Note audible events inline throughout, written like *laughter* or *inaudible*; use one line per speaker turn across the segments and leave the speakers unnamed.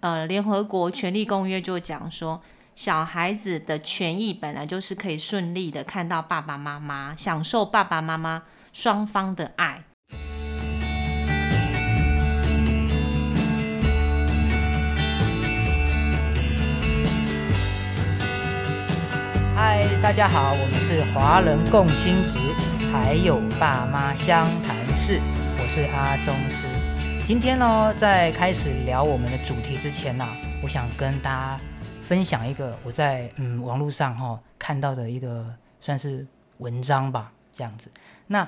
呃联合国权利公约就讲说，小孩子的权益本来就是可以顺利的看到爸爸妈妈，享受爸爸妈妈双方的爱。
嗨，大家好，我们是华人共青值，还有爸妈湘潭市，我是阿宗师。今天呢，在开始聊我们的主题之前呢、啊我想跟大家分享一个我在嗯网络上哈、看到的一个算是文章吧，这样子。那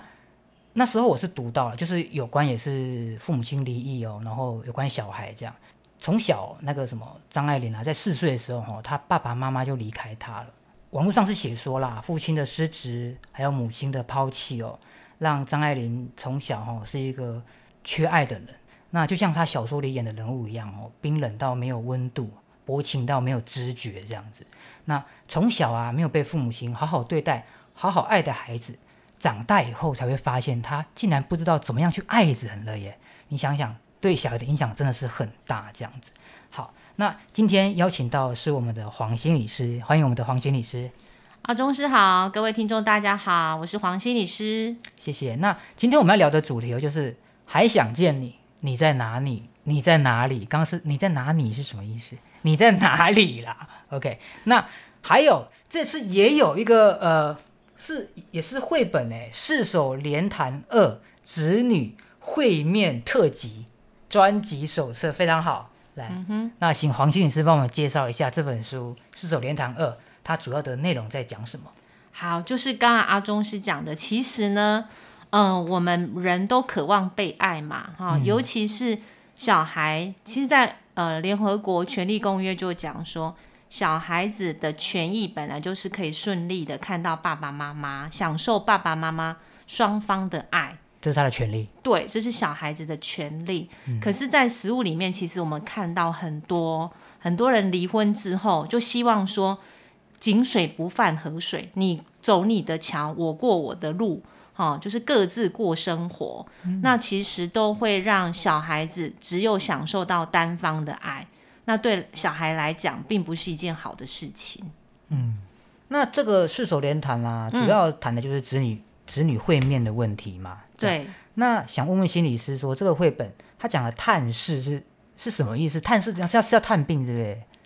那时候我是读到了，就是有关也是父母亲离异哦，然后有关小孩这样。从小那个什么张爱玲啊，在四岁的时候哈、她爸爸妈妈就离开她了。网络上是写说啦，父亲的失职，还有母亲的抛弃哦，让张爱玲从小哦、是一个缺爱的人。那就像她小说里演的人物一样哦，冰冷到没有温度，薄情到没有知觉这样子。那从小啊没有被父母亲好好对待、好好爱的孩子，长大以后才会发现他竟然不知道怎么样去爱人了耶！你想想，对小孩的影响真的是很大这样子。好，那今天邀请到的是我们的黄心理师，欢迎我们的黄心理师，
阿中师好，各位听众大家好，我是黄心理师。
谢谢。那今天我们要聊的主题哦，就是还想见你，你在哪里？你在哪里？刚刚是你在哪里是什么意思？你在哪里啦？OK，那还有这次也有一个呃，是也是绘本诶，《四手联弹二子女会面特辑》专辑手册非常好，来，那请黄心理师帮我们介绍一下这本书《四手联弹二》，它主要的内容在讲什么？
好，就是刚刚阿中师讲的，其实呢，嗯、我们人都渴望被爱嘛，哈、尤其是小孩。其实在，呃联合国权利公约就讲说，小孩子的权益本来就是可以顺利的看到爸爸妈妈，享受爸爸妈妈双方的爱。
这是他的权利。
对，这是小孩子的权利。
嗯
可是，在食物里面，其实我们看到很多很多人离婚之后，就希望说“井水不犯河水”，你走你的桥，我过我的路，好、就是各自过生活。
嗯
那其实都会让小孩子只有享受到单方的爱，那对小孩来讲，并不是一件好的事情。
那这个四手联谈啦、
嗯
主要谈的就是子女、子女会面的问题嘛。
对，
那想问问心理师说，这个绘本他讲的探视是是什么意思？探视讲是要是要探病，对不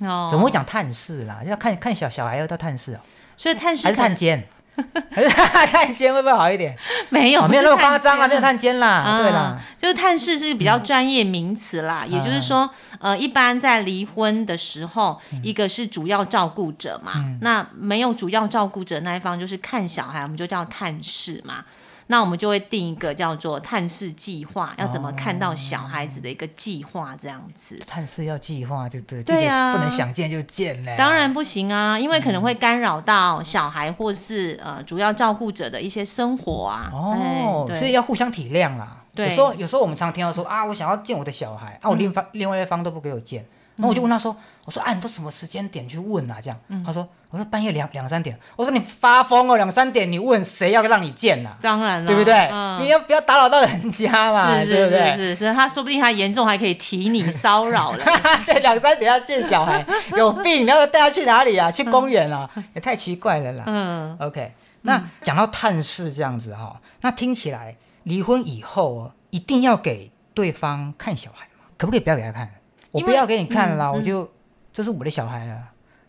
对？
哦
怎么会讲探视啦？要看看小小孩要到探视哦、
所以探视
还是探监？ *laughs* 还是探监会不会好一点？
没有、
哦没有那么夸张
啊，
啦，没有探监啦，
啊
对啦，，嗯
就是探视是比较专业名词啦，也就是说，呃，一般在离婚的时候，一个是主要照顾者嘛，
嗯
那没有主要照顾者那一方就是看小孩，我们就叫探视嘛。那我们就会定一个叫做探视计划，要怎么看到小孩子的一个计划这样子。
探视要计划，对不对？
对啊
这个不能想见就见嘞。
当然不行啊，因为可能会干扰到小孩或是呃主要照顾者的一些生活啊。
哦
哎，对
所以要互相体谅啦。
对嗯
有时候有时候我们常听到说啊，我想要见我的小孩，啊，我另一方、另外一方都不给我见，然后我就问他说，我说啊，你都什么时间点去问啊？这样，
嗯
他说，我说半夜两两三点，我说你发疯哦，两三点你问谁要让你见呐、
当然了，
对不对？
嗯
你要不要打扰到人家嘛？
是
对
是
不
是
对？
是是，他说不定他严重还可以提你骚扰了。
*laughs* 对，两三点要见小孩，有病，你要带他去哪里啊？去公
*laughs*
园啊？也太奇怪了啦。
嗯，
OK，那讲到探视这样子哈、那听起来离婚以后哦一定要给对方看小孩吗？可不可以不要给他看？我
因
不
为
要给你看啦，
嗯
我就这是我的小孩了。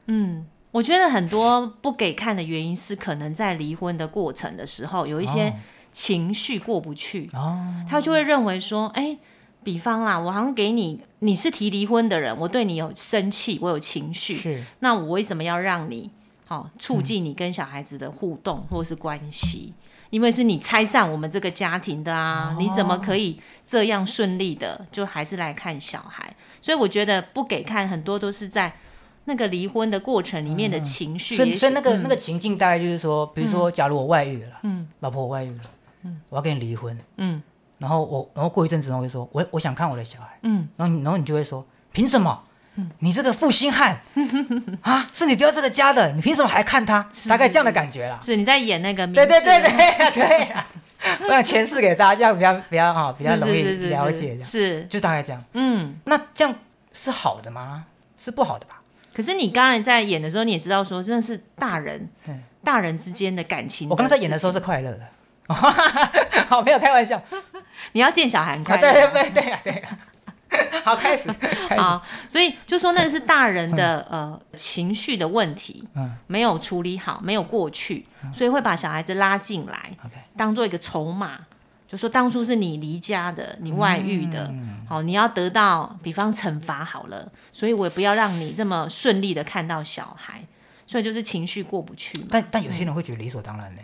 嗯，我觉得很多不给看的原因是，可能在离婚的过程的时候，有一些情绪过不去，
哦，
他就会认为说，哎、比方啦，我好像给你，你是提离婚的人，我对你有生气，我有情绪，
是
那我为什么要让你好、促进你跟小孩子的互动或是关系？因为是你拆散我们这个家庭的啊，
哦
你怎么可以这样顺利的就还是来看小孩？所以我觉得不给看很多都是在那个离婚的过程里面
嗯
的情绪，
所以
也许嗯
所以那个、那个情境大概就是说，比如说，假如我外遇了，嗯，老婆我外遇了，嗯，我要跟你离婚，
嗯
然后我然后过一阵子，然后我就说我我想看我的小孩，
嗯，
然后你然后你就会说凭什么？你这个负心汉啊，是你不要这个家的，你凭什么还
*laughs*
看他？大概这样的感觉啦。
是你在演那个
对对对
明星啊
对 *laughs* 呀对呀，我想诠释给大家，这样比较比较好，比较
是
容易
是是是
了解，这
是
样
是
就大概这样。
嗯。
那这样是好的吗？是不好的吧？
可是你刚才在演的时候，你也知道说，真的是大人
嗯，
大人之间的感情。
我刚才演的时候是快乐的， *laughs* 好，没有开玩笑，啊，
*laughs* 你要见小韩
对
开心
对对对啊对
*laughs*
啊，好，开始开始，
啊，所以就说那是大人的呃情绪的问题，
嗯
没有处理好，没有过去，所以会把小孩子拉进来，
，OK，
当做一个筹码，就说当初是你离家的，你外遇的，
嗯
好，你要得到，比方惩罚好了，所以我也不要让你这么顺利的看到小孩，所以就是情绪过不去嘛。
但但有些人会觉得理所当然嘞，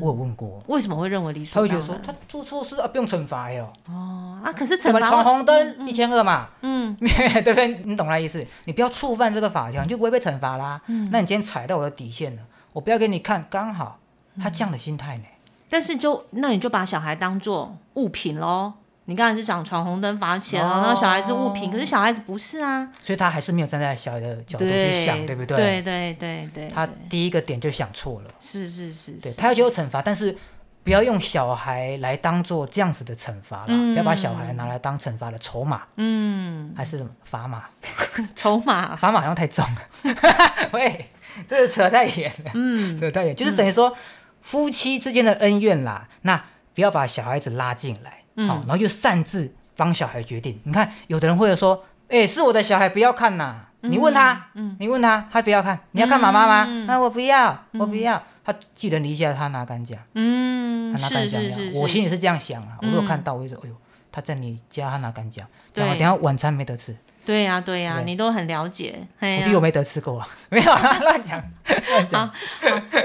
我有问过，
为什么会认嗯为理
他
所
会
当
觉得
然？
说他做错事啊，不用惩罚哟，
哦啊，可是
什
惩
么
罚
闯
会
红灯一千二嘛，
嗯，
*laughs* 对不对？你懂那意思？你不要触犯这个法条，你就不会被惩罚啦。
嗯
那你今天踩到我的底线了，我不要给你看，刚好他这样的心态呢。
但是就那你就把小孩当做物品喽。你刚才是讲闯红灯罚钱啊，
哦
然后小孩是物品，可是小孩子不是啊，
所以他还是没有站在小孩的角度去想，对不
对
对？
对对对，
啊他
对
第一个点就想错了，
是是是，
对
是
他要接受惩罚，但是不要用小孩来当做这样子的惩罚啦，
嗯
不要把小孩拿来当惩罚的筹码，嗯，还是什么砝码？
筹码
砝码好像太重了， *laughs* 喂，这个扯太远了，嗯，扯太远，就是等于说、夫妻之间的恩怨啦，
嗯
那不要把小孩子拉进来，好、然后又擅自帮小孩决定。你看，有的人会说，哎、是我的小孩，不要看呐，
嗯
你问他，你问他，他不要看，你要看妈妈吗？啊，我不要，我不要，他寄人篱下，他拿干架，
嗯，
他拿干
是
架
是
呀
是，，
我
是
心里是这样想啊，我如果
嗯
看到，我就说，哎呦。他在你家，他拿干架，
对
讲好等一下晚餐没得吃，
对呀对呀，
对
你都很了解，嘿
我
呀
弟我没得吃过 *laughs* 啊，没有啊，乱讲，乱讲。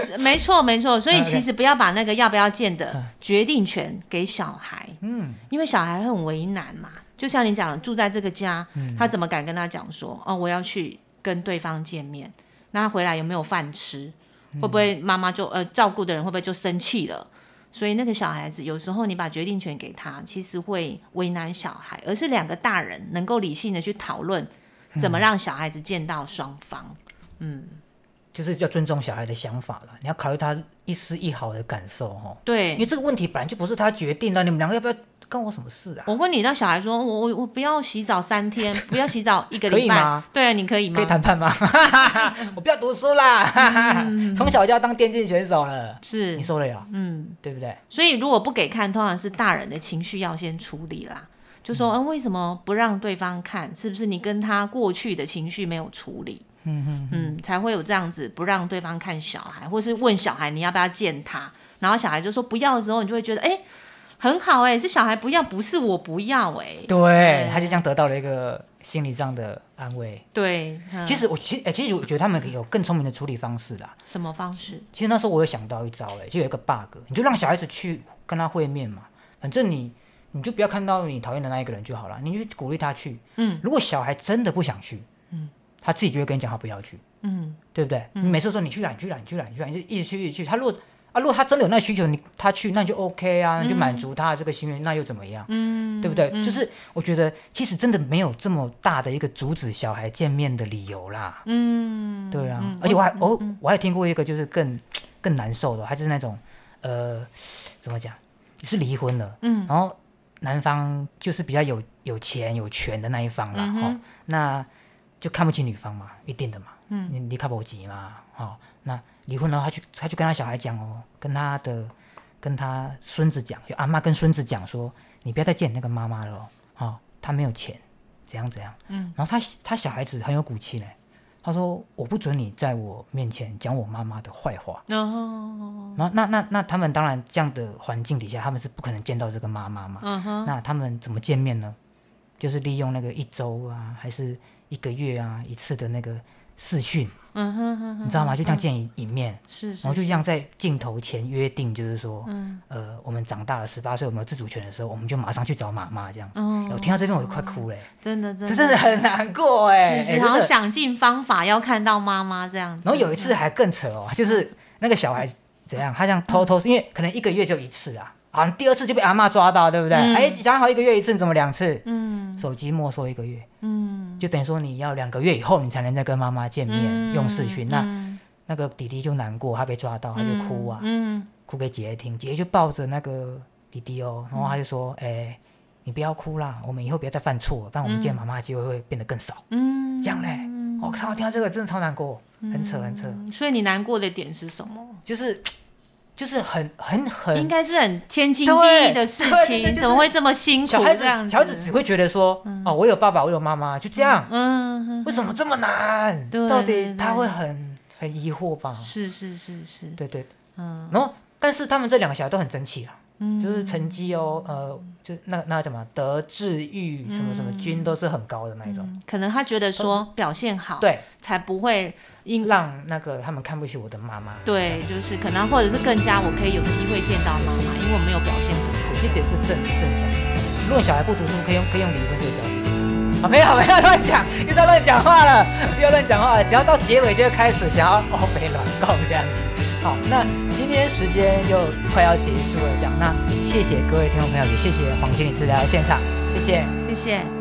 是 *laughs* 没错没错，所以
OK
其实不要把那个要不要见的决定权给小孩，
嗯，
因为小孩很为难嘛。就像你讲的，住在这个家，他怎么敢跟他讲说，哦，我要去跟对方见面？那他回来有没有饭吃？会不会妈妈就呃照顾的人会不会就生气了？所以那个小孩子有时候你把决定权给他，其实会为难小孩，而是两个大人能够理性的去讨论怎么让小孩子见到双方。
就是要尊重小孩的想法啦，你要考虑他一丝一毫的感受哦。因
对
为，这个问题本来就不是他决定的，你们两个要不要干我什么事啊？
我问你，那小孩说，我我我不要洗澡三天，不要洗澡一个
*laughs* 可以
礼拜
吗，
对，啊你可以吗
可以？谈判吗？ *laughs* 我不要读书啦，哈哈哈从小就要当电竞选手了，
嗯是
你，受得了
嗯。
对不对？
所以如果不给看，通常是大人的情绪要先处理啦。就说，嗯、为什么不让对方看？是不是你跟他过去的情绪没有处理？嗯嗯，才会有这样子不让对方看小孩，或是问小孩你要不要见他，然后小孩就说不要的时候，你就会觉得，哎、很好哎、是小孩不要，不是我不要哎、
对，他就这样得到了一个心理上的安慰。
对，嗯
其实我其实、哎，其实我觉得他们有更聪明的处理方式啦。
什么方式？
其实那时候我有想到一招、哎，就有一个 bug，你就让小孩子去跟他会面嘛，反正你你就不要看到你讨厌的那一个人就好了，你就鼓励他去。
嗯，
如果小孩真的不想去，嗯，他自己就会跟你讲他不要去，
嗯，
对不对？你每次说你去啦，啊你去啦，你去啦，你去啦，你就一直去一直去。他如果啊，如果他真的有那需求，你他去那就 OK 啊，那就满足他的这个心愿，那又怎么样？嗯，对不对？就是我觉得其实真的没有这么大的一个阻止小孩见面的理由啦。嗯，对啊，而且我还我我还听过一个就是更更难受的，还是那种呃怎么讲，是离婚了，嗯，然后男方就是比较有有钱有权的那一方啦，哈、那就看不起女方嘛，一定的嘛，嗯，你你看不起嘛，哦，那离婚了，他去他去跟他小孩讲哦，跟他的跟他孙子讲，就阿妈跟孙子讲说，你不要再见你那个妈妈了哦，哦，她没有钱，怎样怎样，嗯，然后他他小孩子很有骨气呢，他说我不准你在我面前讲我妈妈的坏话，
哦，
然后那那那他们当然这样的环境底下，他们是不可能见到这个妈妈嘛。
嗯哼，
那他们怎么见面呢？就是利用那个一周啊，还是一个月啊一次的那个视讯，
嗯哼哼哼，
你知道吗？就这样见一一面，
是是
然后就这样在镜头前约定，就是说，
嗯
呃，我们长大了十八岁，我们有自主权的时候，我们就马上去找妈妈这样子。哎
哦
我听到这边我就快哭了、欸，
真的真的，
这真的很难过哎、欸，
是
欸
是，好
真
像
的
想尽方法要看到妈妈这样子。
然后有一次还更扯哦，就是那个小孩怎样，他这样
嗯
偷偷，因为可能一个月就一次啊，好像第二次就被阿嬷抓到，对不对？
嗯
哎、讲好一个月一次，你怎么两次？
嗯
手机没收一个月，
嗯，
就等于说你要两个月以后你才能再跟妈妈见面、
嗯
用视讯。那
嗯
那个弟弟就难过，他被抓到，他就哭啊，
嗯，
哭给姐姐听，姐姐就抱着那个弟弟哦，然后他就说：“哎、你不要哭啦，我们以后不要再犯错了，不然我们见妈妈的机会会变得更少。
嗯，
这样嘞，我、靠，听到这个真的超难过，很扯很扯，
嗯。所以你难过的点是什么？
就是就是很很
应
很，
该是很天经地义的事
对对对
情，
就是
怎么会这么辛苦
小孩子
这样嗯
小孩子只会觉得说，哦，我有爸爸，我有妈妈，就这样，
嗯，嗯
为什么这么难？
对
到
对
底
对
他会很很疑惑吧？
是是是是，
对对，
嗯
然后但是他们这两个小孩都很争气啦，
嗯，
就是成绩哦，呃，就那那叫什么德智育什么什么均都是很高的那一种，
嗯可能他觉得说表现好，，
对，
才不会因
让那个他们看不起我的妈妈，这样
对，就是可能或者是更加我可以有机会见到妈妈，因为我没有表现不好。
对，其实也是正正向。如果小孩不读书，可以用可以用离婚这个招式。啊，没有没有乱讲，又在乱讲话了，又在乱讲话了。只要到结尾就会开始想要哦被乱告这样子。好，那今天时间又快要结束了，这样那谢谢各位听众朋友，也谢谢黄经理师来到现场，谢谢。
谢谢。